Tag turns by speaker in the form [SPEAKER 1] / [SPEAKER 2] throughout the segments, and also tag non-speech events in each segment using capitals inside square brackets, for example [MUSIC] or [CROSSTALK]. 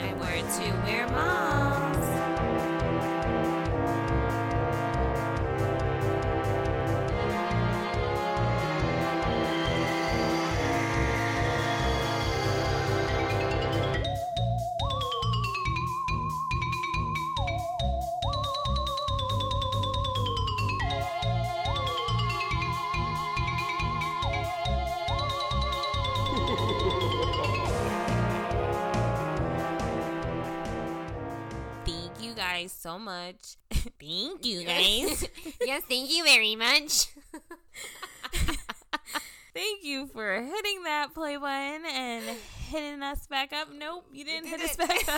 [SPEAKER 1] to We're Moms. Thank you guys so much. [LAUGHS]
[SPEAKER 2] Thank you guys.
[SPEAKER 3] [LAUGHS] yes, thank you very much.
[SPEAKER 1] Thank you for hitting that play button and hitting us back up. Nope, you didn't
[SPEAKER 3] did
[SPEAKER 1] hit us
[SPEAKER 3] it.
[SPEAKER 1] back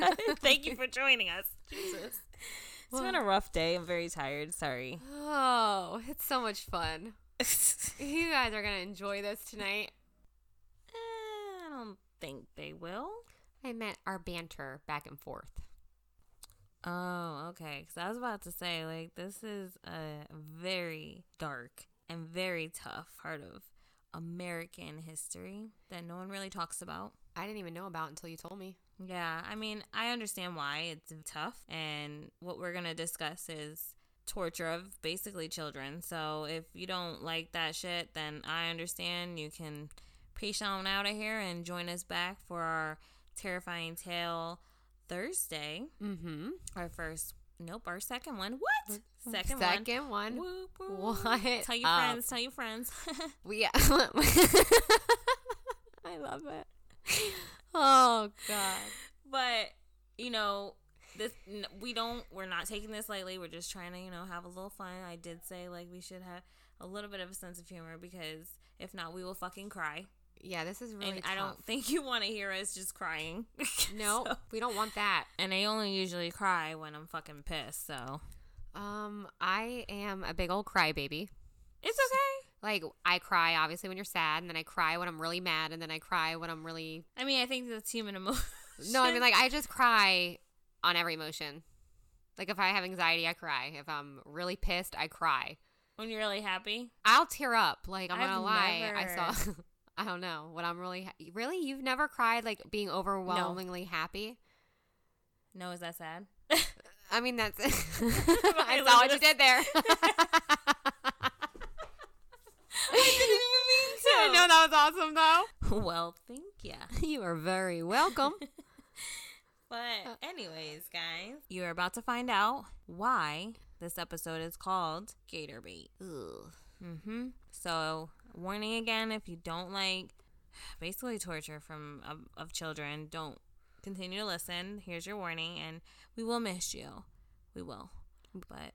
[SPEAKER 1] up. [LAUGHS] Thank you for joining us. [LAUGHS] Jesus. It's been a rough day. I'm very tired. [LAUGHS] Sorry.
[SPEAKER 3] Oh, it's so much fun. You guys are gonna enjoy this tonight.
[SPEAKER 1] Eh, I don't think they will.
[SPEAKER 3] I meant our banter back and forth.
[SPEAKER 1] Oh, okay. Because I was about to say, like, this is a very dark and very tough part of American history that no one really talks about.
[SPEAKER 3] I didn't even know about until you told me.
[SPEAKER 1] Yeah, I mean, I understand why it's tough. And what we're going to discuss is torture of basically children. So if you don't like that shit, then I understand. You can peace on out of here and join us back for our terrifying tale Thursday.
[SPEAKER 3] Mm-hmm.
[SPEAKER 1] Our first, nope, our second one. What? Second,
[SPEAKER 3] Second
[SPEAKER 1] one.
[SPEAKER 3] one.
[SPEAKER 1] Whoop, whoop.
[SPEAKER 3] What? Oh.
[SPEAKER 1] Tell your
[SPEAKER 3] up?
[SPEAKER 1] friends, tell your friends. [LAUGHS]
[SPEAKER 3] We. [LAUGHS] I love it. Oh God.
[SPEAKER 1] but you know this n- we don't we're not taking this lightly we're just trying to you know have a little fun i did say like we should have a little bit of a sense of humor because if not we will fucking cry
[SPEAKER 3] Yeah, this is really.
[SPEAKER 1] and i don't think [LAUGHS] you want to hear us just crying [LAUGHS]
[SPEAKER 3] No,
[SPEAKER 1] So-
[SPEAKER 3] we don't want that.
[SPEAKER 1] and i only usually cry when i'm fucking pissed so
[SPEAKER 3] Um, I am a big old crybaby.
[SPEAKER 1] it's okay
[SPEAKER 3] Like I cry obviously when you're sad, and then I cry when I'm really mad, and then I cry when I'm really.
[SPEAKER 1] i mean i think that's human [LAUGHS] emotion
[SPEAKER 3] No, I mean like I just cry on every emotion. Like if I have anxiety, I cry. If I'm really pissed, I cry.
[SPEAKER 1] when you're really happy
[SPEAKER 3] I'll tear up. Like I'm
[SPEAKER 1] I've
[SPEAKER 3] gonna lie. I saw. [LAUGHS]
[SPEAKER 1] never-
[SPEAKER 3] I don't know when I'm really ha- really. You've never cried like being overwhelmingly happy.
[SPEAKER 1] no is that sad
[SPEAKER 3] I mean that's. [LAUGHS]
[SPEAKER 1] I
[SPEAKER 3] I
[SPEAKER 1] love
[SPEAKER 3] saw what
[SPEAKER 1] it.
[SPEAKER 3] you did [LAUGHS] there. I
[SPEAKER 1] [LAUGHS]
[SPEAKER 3] know that was awesome though.
[SPEAKER 1] well thank ya
[SPEAKER 3] [LAUGHS] You are very welcome.
[SPEAKER 1] But, anyways, guys, you're Uh, about to find out why this episode is called Gator Bait. Mm-hmm. So, warning again if you don't like basically torture from of, of children, don't continue to listen. Here's your warning, and we will miss you. We will. But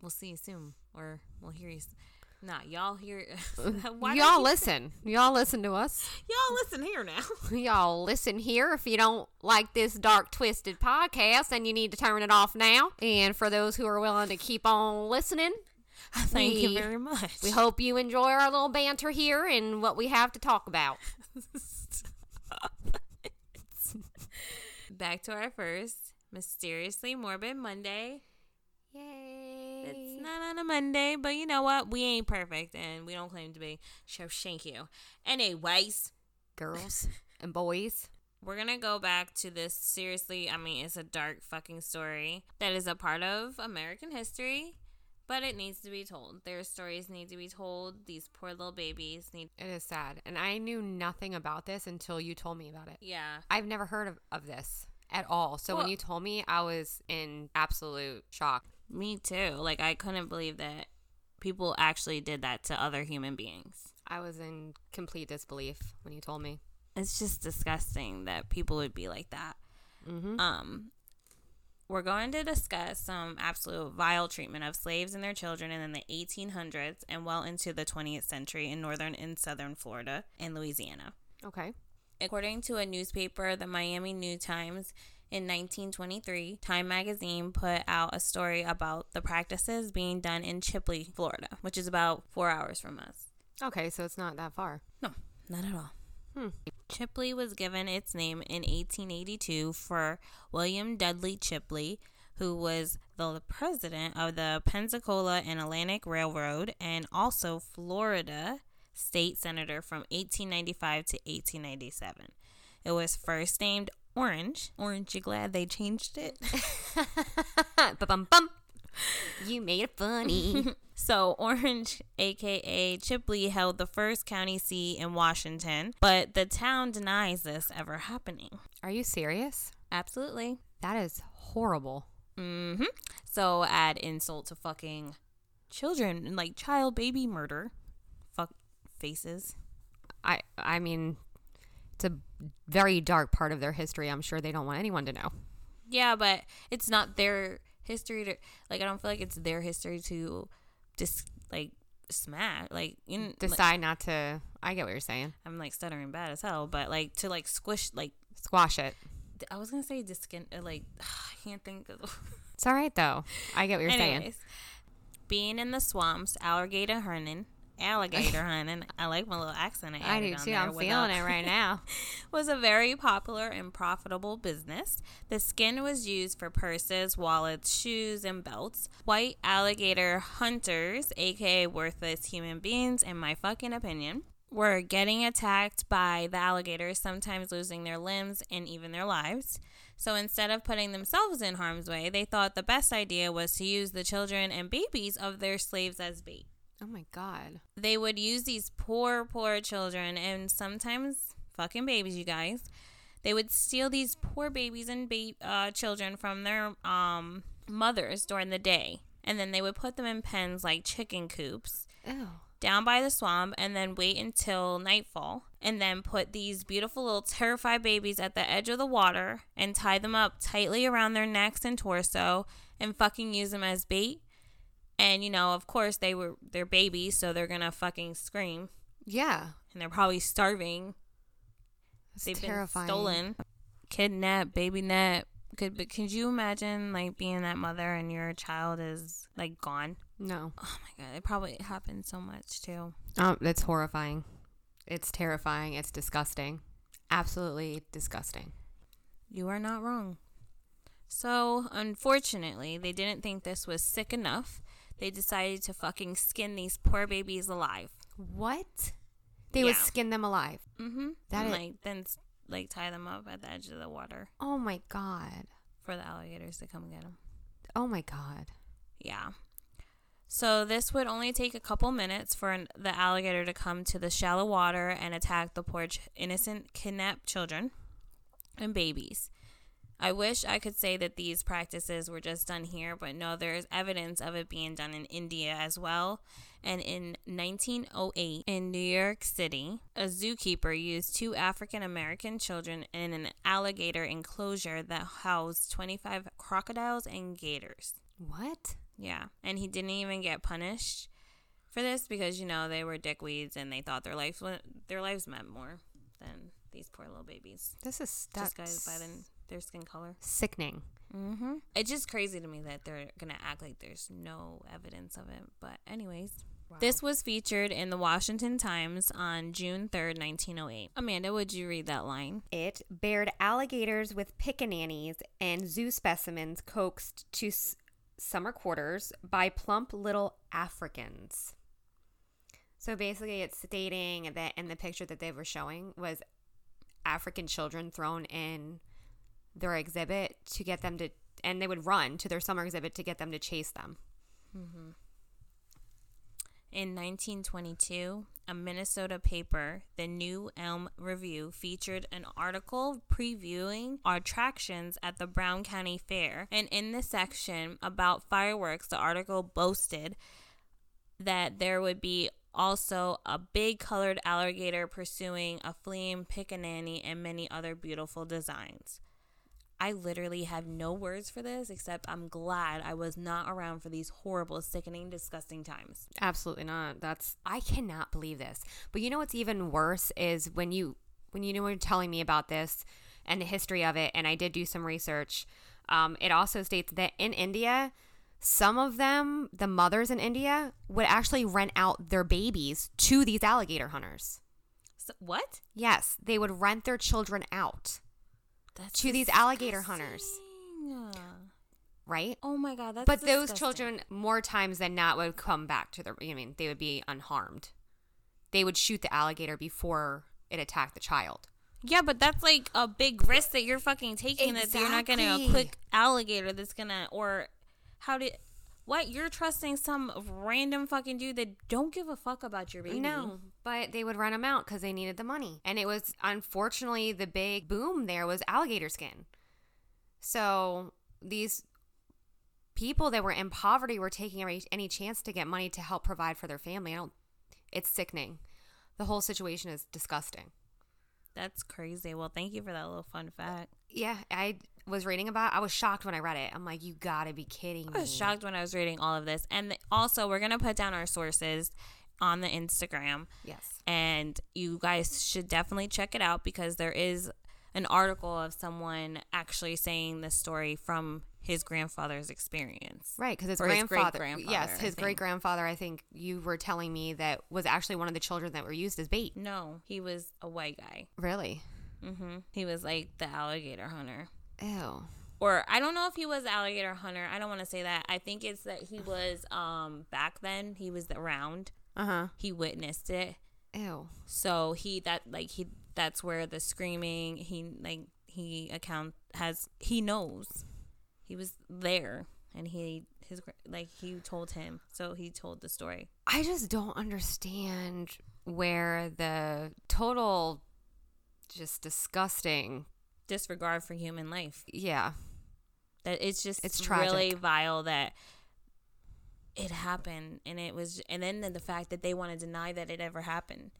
[SPEAKER 1] we'll see you soon, or we'll hear you. s- Not y'all hear. [LAUGHS] Why do I
[SPEAKER 3] [LAUGHS] Y'all
[SPEAKER 1] keep-
[SPEAKER 3] listen. Y'all listen to us.
[SPEAKER 1] Y'all listen here now. [LAUGHS]
[SPEAKER 3] Y'all listen here. If you don't like this dark, twisted podcast, then you need to turn it off now. And for those who are willing to keep on listening,
[SPEAKER 1] [LAUGHS] Thank you
[SPEAKER 3] We-
[SPEAKER 1] very much. [LAUGHS]
[SPEAKER 3] we hope you enjoy our little banter here and what we have to talk about.
[SPEAKER 1] Back to our first mysteriously morbid Monday.
[SPEAKER 3] Yay.
[SPEAKER 1] It's not on a Monday, but you know what? We ain't perfect and we don't claim to be. So thank you. Anyways,
[SPEAKER 3] Girls and boys.
[SPEAKER 1] we're going to go back to this seriously. I mean, it's a dark fucking story that is a part of American history, but it needs to be told. Their stories need to be told. These poor little babies need.
[SPEAKER 3] It is sad. And I knew nothing about this until you told me about it.
[SPEAKER 1] Yeah.
[SPEAKER 3] I've never heard of, of this at all. So
[SPEAKER 1] Well-
[SPEAKER 3] when you told me, I was in absolute shock.
[SPEAKER 1] Me too. Like, I couldn't believe that people actually did that to other human beings.
[SPEAKER 3] I was in complete disbelief when you told me.
[SPEAKER 1] It's just disgusting that people would be like that.
[SPEAKER 3] Mm-hmm.
[SPEAKER 1] um, we're going to discuss some absolute vile treatment of slaves and their children in the 1800s and well into the 20th century in northern and southern Florida and Louisiana.
[SPEAKER 3] Okay.
[SPEAKER 1] According to a newspaper, the Miami New Times, in 1923, Time magazine put out a story about the practices being done in Chipley, Florida, which is about four hours from us.
[SPEAKER 3] Okay, so it's not that far.
[SPEAKER 1] No, not at all. Chipley was given its name in 1882 for William Dudley Chipley, who was the president of the Pensacola and Atlantic Railroad and also Florida state senator from 1895 to 1897. It was first named orange. Orange, you glad they changed it?
[SPEAKER 3] [LAUGHS] Bum bum. You made it funny.
[SPEAKER 1] [LAUGHS]
[SPEAKER 3] [LAUGHS]
[SPEAKER 1] So, Orange, aka Chipley, held the first county seat in Washington, but the town denies this ever happening.
[SPEAKER 3] Are you serious?
[SPEAKER 1] Absolutely.
[SPEAKER 3] That is horrible.
[SPEAKER 1] hmm So, add insult to fucking children, like child baby murder. Fuck faces.
[SPEAKER 3] I I mean, it's a very dark part of their history. I'm sure they don't want anyone to know.
[SPEAKER 1] Yeah, but it's not their history to, like, I don't feel like it's their history to just, like, smash. Like, you know, like,
[SPEAKER 3] Decide not to. I get what you're saying.
[SPEAKER 1] I'm, like, stuttering bad as hell, but, like, to, like, squish, like,
[SPEAKER 3] Squash it.
[SPEAKER 1] I was gonna say diskin, uh, like [SIGHS] I can't think of.
[SPEAKER 3] It's all right though. I get what you're saying.
[SPEAKER 1] Anyways, being in the swamps, alligator hunting,
[SPEAKER 3] [LAUGHS]
[SPEAKER 1] alligator hunting. I like my little accent. I,
[SPEAKER 3] I
[SPEAKER 1] added
[SPEAKER 3] do
[SPEAKER 1] on
[SPEAKER 3] too.
[SPEAKER 1] there
[SPEAKER 3] I'm
[SPEAKER 1] with
[SPEAKER 3] feeling
[SPEAKER 1] a-
[SPEAKER 3] it right now.
[SPEAKER 1] Was a very popular and profitable business. The skin was used for purses, wallets, shoes, and belts. White alligator hunters, aka worthless human beings, in my fucking opinion. Were getting attacked by the alligators, sometimes losing their limbs and even their lives. So instead of putting themselves in harm's way, they thought the best idea was to use the children and babies of their slaves as bait
[SPEAKER 3] Oh my god.
[SPEAKER 1] they would use these poor, poor children and sometimes fucking babies, you guys. They would steal these poor babies and ba- uh, children from their um, mothers during the day. And then they would put them in pens like chicken coops
[SPEAKER 3] Ew.
[SPEAKER 1] down by the swamp and then wait until nightfall and then put these beautiful little terrified babies at the edge of the water and tie them up tightly around their necks and torso and fucking use them as bait and you know of course they were they're babies so they're gonna fucking scream
[SPEAKER 3] Yeah.
[SPEAKER 1] and they're probably starving
[SPEAKER 3] It's
[SPEAKER 1] they've
[SPEAKER 3] terrifying.
[SPEAKER 1] been stolen kidnapped baby net could but could you imagine like being that mother and your child is like gone
[SPEAKER 3] No.
[SPEAKER 1] oh my god it probably happened so much too
[SPEAKER 3] Um, that's horrifying. It's terrifying. It's disgusting. Absolutely disgusting.
[SPEAKER 1] You are not wrong. So, unfortunately, they didn't think this was sick enough. They decided to fucking skin these poor babies alive.
[SPEAKER 3] What? They would
[SPEAKER 1] Yeah.
[SPEAKER 3] skin them alive.
[SPEAKER 1] Mm-hmm.
[SPEAKER 3] That
[SPEAKER 1] and,
[SPEAKER 3] is-
[SPEAKER 1] like then s- like tie them up at the edge of the water
[SPEAKER 3] Oh my god.
[SPEAKER 1] for the alligators to come get them.
[SPEAKER 3] Oh my god.
[SPEAKER 1] Yeah. So this would only take a couple minutes for an, the alligator to come to the shallow water and attack the poor ch- innocent kidnapped children and babies. I wish I could say that these practices were just done here, but no, there is evidence of it being done in India as well. And in 1908, in New York City, a zookeeper used two African American children in an alligator enclosure that housed 25 crocodiles and gators.
[SPEAKER 3] What?
[SPEAKER 1] Yeah. And he didn't even get punished for this because, you know, they were dickweeds and they thought their life wa- their lives meant more than these poor little babies.
[SPEAKER 3] This is
[SPEAKER 1] Just
[SPEAKER 3] that's
[SPEAKER 1] guys by the, their skin color.
[SPEAKER 3] sickening.
[SPEAKER 1] Mm-hmm. It's just crazy to me that they're going to act like there's no evidence of it. But, anyways. This was featured in the Washington Times on June 3rd, 1908. Amanda, would you read that line?
[SPEAKER 3] It bared alligators with pickaninnies and zoo specimens coaxed to s- summer quarters by plump little Africans. So basically, it's stating that in the picture that they were showing was African children thrown in their exhibit to get them to, and they would run to their summer exhibit to get them to chase them.
[SPEAKER 1] In 1922, a Minnesota paper, the New Elm Review, featured an article previewing attractions at the Brown County Fair. And in the section about fireworks, the article boasted that there would be also a big colored alligator pursuing a fleeing pickaninny and many other beautiful designs. I literally have no words for this except I'm glad I was not around for these horrible, sickening, disgusting times.
[SPEAKER 3] Absolutely not. That's I cannot believe this. But you know what's even worse is when you when you were telling me about this and the history of it, and I did do some research. Um, it also states that in India, some of them, the mothers in India, would actually rent out their babies to these alligator hunters.
[SPEAKER 1] So, what?
[SPEAKER 3] Yes, they would rent their children out
[SPEAKER 1] That's
[SPEAKER 3] to these alligator hunters,
[SPEAKER 1] disgusting.
[SPEAKER 3] right?
[SPEAKER 1] Oh my god, that's
[SPEAKER 3] but those
[SPEAKER 1] disgusting.
[SPEAKER 3] children, more times than not, would come back to their. I mean, they would be unharmed. They would shoot the alligator before it attacked the child.
[SPEAKER 1] Yeah, but that's like a big risk that you're fucking taking that you're not getting a
[SPEAKER 3] Exactly.
[SPEAKER 1] quick alligator that's gonna or how did what you're trusting some random fucking dude that don't give a fuck about your baby.
[SPEAKER 3] No, but they would run them out because they needed the money. And it was unfortunately the big boom there was alligator skin. So these people that were in poverty were taking every, any chance to get money to help provide for their family. I don't. It's sickening. The whole situation is disgusting.
[SPEAKER 1] that's crazy. Well, thank you for that little fun fact.
[SPEAKER 3] Yeah, I was reading about. I was shocked when I read it. I'm like, you gotta be kidding me.
[SPEAKER 1] I was shocked when I was reading all of this, and also we're gonna put down our sources on the Instagram.
[SPEAKER 3] Yes.
[SPEAKER 1] and you guys should definitely check it out because there is an article of someone actually saying this story from his grandfather's experience.
[SPEAKER 3] Right, because his
[SPEAKER 1] Or his
[SPEAKER 3] grandfather,
[SPEAKER 1] great-grandfather, I
[SPEAKER 3] yes, his
[SPEAKER 1] think.
[SPEAKER 3] great grandfather. I think you were telling me that was actually one of the children that were used as bait.
[SPEAKER 1] No, he was a white guy.
[SPEAKER 3] Really?
[SPEAKER 1] hmm He was like the alligator hunter.
[SPEAKER 3] Ew.
[SPEAKER 1] Or I don't know if he was alligator hunter. I don't want to say that. I think it's that he was um back then he was around.
[SPEAKER 3] Uh huh.
[SPEAKER 1] He witnessed it.
[SPEAKER 3] Ew.
[SPEAKER 1] So he that like he that's where the screaming he like he account has he knows he was there and he his gr- like he told him so he told the story.
[SPEAKER 3] I just don't understand where the total, just disgusting.
[SPEAKER 1] Disregard for human life.
[SPEAKER 3] Yeah.
[SPEAKER 1] That it's just
[SPEAKER 3] It's
[SPEAKER 1] it's
[SPEAKER 3] tragic.
[SPEAKER 1] really vile that it happened and it was and then the fact that they want to deny that it ever happened.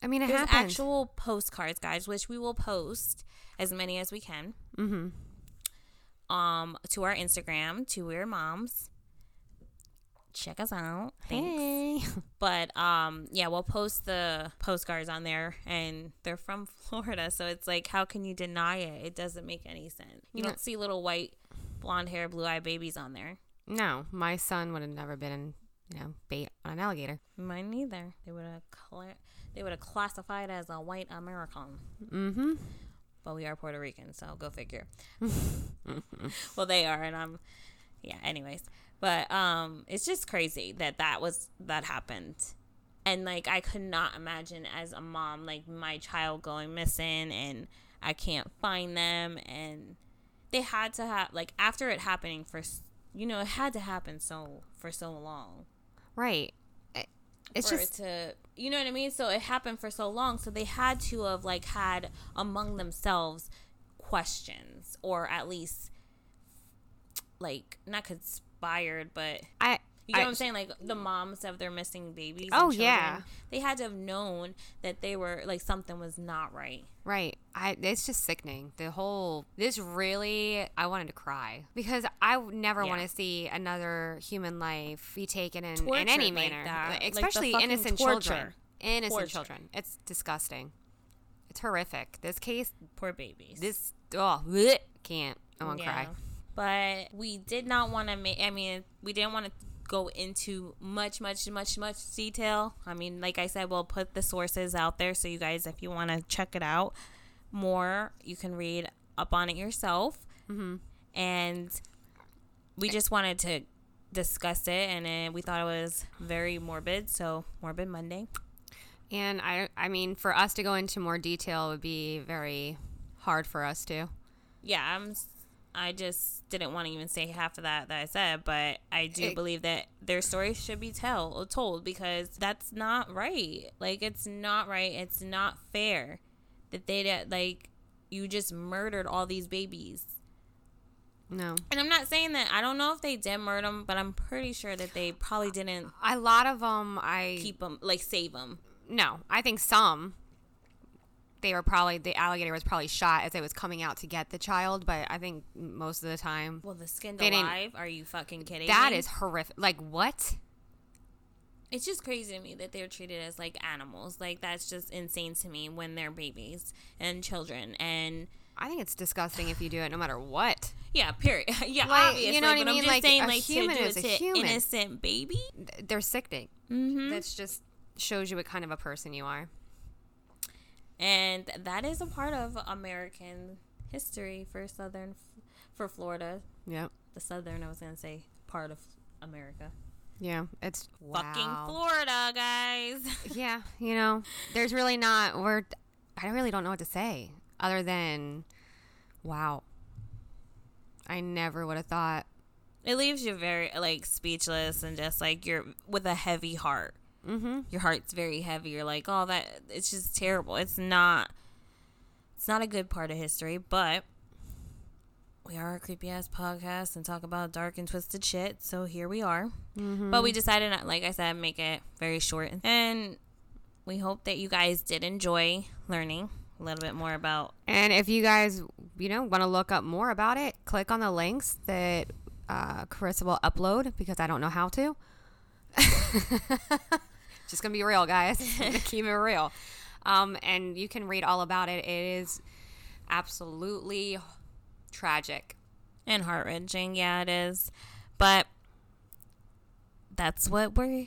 [SPEAKER 3] I mean, it
[SPEAKER 1] There's
[SPEAKER 3] happened.
[SPEAKER 1] actual postcards, guys, which we will post as many as we can.
[SPEAKER 3] mm-hmm.
[SPEAKER 1] um to our Instagram, to Weird Moms. Check us out. Thanks. But um yeah, we'll post the postcards on there and they're from [LAUGHS] Florida, so it's like how can you deny it? It doesn't make any sense. You
[SPEAKER 3] No.
[SPEAKER 1] don't see little white blonde hair, blue eyed babies on there.
[SPEAKER 3] [LAUGHS] No, my son would have never been, in, you know, bait on an alligator.
[SPEAKER 1] Mine neither. They would have cla- they would have classified as a white American.
[SPEAKER 3] Mm-hmm.
[SPEAKER 1] But we are Puerto Rican, so go figure. [LAUGHS] well, they are, and I'm, yeah. Anyways, but um, it's just crazy that that was that happened, and like I could not imagine as a mom like my child going missing and I can't find them, and they had to have like after it happening for s- you know it had to happen so for so long
[SPEAKER 3] Right. I- It's
[SPEAKER 1] for
[SPEAKER 3] just
[SPEAKER 1] it to you know what I mean. So it happened for so long, so they had to have like had among themselves questions, or at least like not conspired, but
[SPEAKER 3] I.
[SPEAKER 1] you know
[SPEAKER 3] I-
[SPEAKER 1] what I'm saying. Like the moms of their missing babies. and
[SPEAKER 3] Oh,
[SPEAKER 1] children,
[SPEAKER 3] yeah.
[SPEAKER 1] they had to have known that they were like something was not right.
[SPEAKER 3] Right. I it's just sickening. The whole this really I wanted to cry because I would never
[SPEAKER 1] Yeah.
[SPEAKER 3] want to see another human life be taken in, in
[SPEAKER 1] Tortured
[SPEAKER 3] any
[SPEAKER 1] like
[SPEAKER 3] manner,
[SPEAKER 1] that. Like the
[SPEAKER 3] especially
[SPEAKER 1] fucking
[SPEAKER 3] innocent
[SPEAKER 1] torture.
[SPEAKER 3] children. Innocent
[SPEAKER 1] Torture.
[SPEAKER 3] children. It's disgusting. It's horrific. This case
[SPEAKER 1] Poor babies.
[SPEAKER 3] this oh [LAUGHS] bleh, can't. I want to
[SPEAKER 1] Yeah.
[SPEAKER 3] cry.
[SPEAKER 1] But we did not want to make. I mean, we didn't want to go into much, much, much, much detail. I mean, like I said, we'll put the sources out there so you guys, if you want to check it out more, you can read up on it yourself.
[SPEAKER 3] Mm-hmm.
[SPEAKER 1] And we just wanted to discuss it, and then we thought it was very morbid. So morbid Monday.
[SPEAKER 3] And I I mean for us to go into more detail would be very hard for us to.
[SPEAKER 1] yeah, I'm. s- I just didn't want to even say half of that that I said, but I do
[SPEAKER 3] It-
[SPEAKER 1] believe that their story should be tell uh, told because that's not right. Like it's not right. It's not fair that they did like you just murdered all these babies.
[SPEAKER 3] No.
[SPEAKER 1] And I'm not saying that I don't know if they did murder them, but I'm pretty sure that they probably didn't
[SPEAKER 3] A lot of them I
[SPEAKER 1] keep them like save them.
[SPEAKER 3] No, I think some. They were probably the alligator was probably shot as it was coming out to get the child, but I think most of the time
[SPEAKER 1] Well, the skinned
[SPEAKER 3] They didn't-
[SPEAKER 1] alive? Are you fucking kidding?
[SPEAKER 3] that
[SPEAKER 1] me?
[SPEAKER 3] is horrific. Like what?
[SPEAKER 1] It's just crazy to me that they're treated as like animals. Like that's just insane to me when they're babies and children and
[SPEAKER 3] I think it's disgusting if you do it no matter what.
[SPEAKER 1] yeah, period. [LAUGHS] yeah,
[SPEAKER 3] Like,
[SPEAKER 1] obviously.
[SPEAKER 3] you know what I
[SPEAKER 1] but
[SPEAKER 3] mean?
[SPEAKER 1] I'm just
[SPEAKER 3] Like,
[SPEAKER 1] saying
[SPEAKER 3] a
[SPEAKER 1] like
[SPEAKER 3] human
[SPEAKER 1] to do
[SPEAKER 3] is a
[SPEAKER 1] it to
[SPEAKER 3] human.
[SPEAKER 1] innocent baby.
[SPEAKER 3] Th- They're sickening.
[SPEAKER 1] Mm-hmm.
[SPEAKER 3] That's just shows you what kind of a person you are.
[SPEAKER 1] And that is a part of American history for southern for Florida,
[SPEAKER 3] Yep.
[SPEAKER 1] the southern I was going to say part of America.
[SPEAKER 3] Yeah. It's [LAUGHS]
[SPEAKER 1] Fucking Florida, guys. [LAUGHS]
[SPEAKER 3] Yeah, you know, there's really not we're I really don't know what to say other than, wow. I never would have thought.
[SPEAKER 1] It leaves you very like speechless and just like you're with a heavy heart.
[SPEAKER 3] Mm-hmm.
[SPEAKER 1] Your heart's very heavy. You're like, oh, that it's just terrible. It's not. It's not a good part of history, but we are a creepy ass podcast and talk about dark and twisted shit. So here we are. But we decided, not- like I said, make it very short. And we hope that you guys did enjoy learning a little bit more about
[SPEAKER 3] And if you guys, you know, want to look up more about it, click on the links that uh, Carissa will upload because I don't know how to. [LAUGHS] Just gonna be real, guys. [LAUGHS] Gonna Keep it real. Um, and you can read all about it. It is absolutely tragic.
[SPEAKER 1] and heart wrenching. Yeah, it is. But that's what we're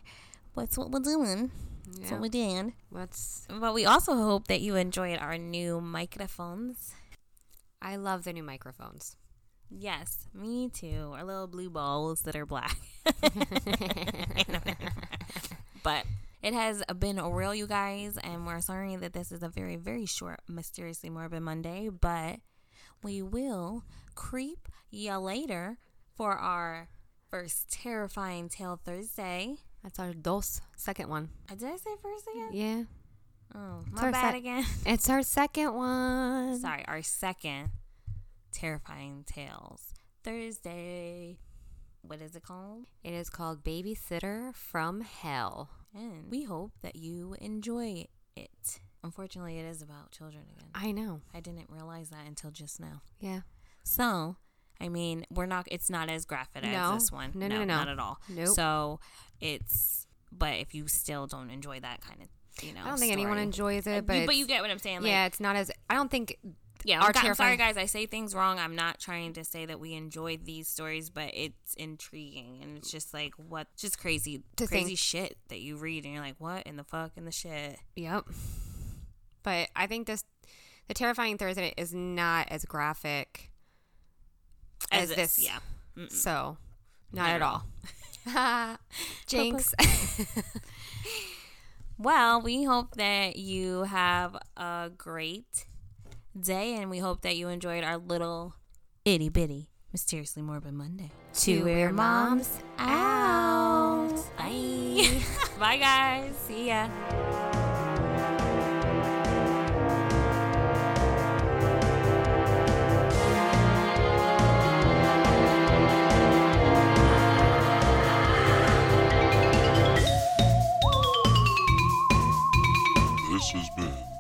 [SPEAKER 1] that's what we're doing. That's
[SPEAKER 3] Yeah.
[SPEAKER 1] what we did.
[SPEAKER 3] What's
[SPEAKER 1] But we also hope that you enjoyed our new microphones.
[SPEAKER 3] I love the new microphones.
[SPEAKER 1] Yes, me too. Our little blue balls that are black. [LAUGHS] but it has been real, you guys, and we're sorry that this is a very, very short, mysteriously morbid Monday, but we will creep ya later for our first terrifying tale Thursday.
[SPEAKER 3] That's our dos second one.
[SPEAKER 1] Uh, Did I say first again?
[SPEAKER 3] Yeah,
[SPEAKER 1] Oh,
[SPEAKER 3] It's
[SPEAKER 1] my
[SPEAKER 3] our
[SPEAKER 1] bad
[SPEAKER 3] sec- [LAUGHS]
[SPEAKER 1] again.
[SPEAKER 3] it's our second one.
[SPEAKER 1] Sorry, our second terrifying tales Thursday. What is it called?
[SPEAKER 3] It is called Babysitter from Hell.
[SPEAKER 1] And we hope that you enjoy it. Unfortunately, it is about children again.
[SPEAKER 3] I know.
[SPEAKER 1] I didn't realize that until just now.
[SPEAKER 3] Yeah.
[SPEAKER 1] So, I mean, we're not, it's not as graphic as
[SPEAKER 3] No.
[SPEAKER 1] this one.
[SPEAKER 3] No, no, no, no.
[SPEAKER 1] Not at all.
[SPEAKER 3] Nope.
[SPEAKER 1] So, it's, but if you still don't enjoy that kind of, you know,
[SPEAKER 3] I don't think anyone
[SPEAKER 1] story- uh,
[SPEAKER 3] enjoys it, but,
[SPEAKER 1] You- but
[SPEAKER 3] it's-
[SPEAKER 1] you get what I'm saying. Like,
[SPEAKER 3] yeah, it's not as. I don't think.
[SPEAKER 1] yeah,
[SPEAKER 3] are
[SPEAKER 1] I'm, I'm sorry,
[SPEAKER 3] terrifying.
[SPEAKER 1] guys. I say things wrong. I'm not trying to say that we enjoyed these stories, but it's intriguing and it's just like what, just crazy,
[SPEAKER 3] To
[SPEAKER 1] crazy
[SPEAKER 3] think-
[SPEAKER 1] shit that you read, and you're like, what in the fuck in the shit.
[SPEAKER 3] Yep. But I think this, the terrifying Thursday is not as graphic. As this.
[SPEAKER 1] yeah. Mm-mm.
[SPEAKER 3] So, not
[SPEAKER 1] Not
[SPEAKER 3] at
[SPEAKER 1] at
[SPEAKER 3] all.
[SPEAKER 1] [LAUGHS]
[SPEAKER 3] [LAUGHS] Jinx.
[SPEAKER 1] Well, we hope that you have a great day and we hope that you enjoyed our little itty bitty mysteriously morbid Monday.
[SPEAKER 3] Two Weird Moms
[SPEAKER 1] out. Bye. [LAUGHS] Bye guys. See ya.
[SPEAKER 4] This has been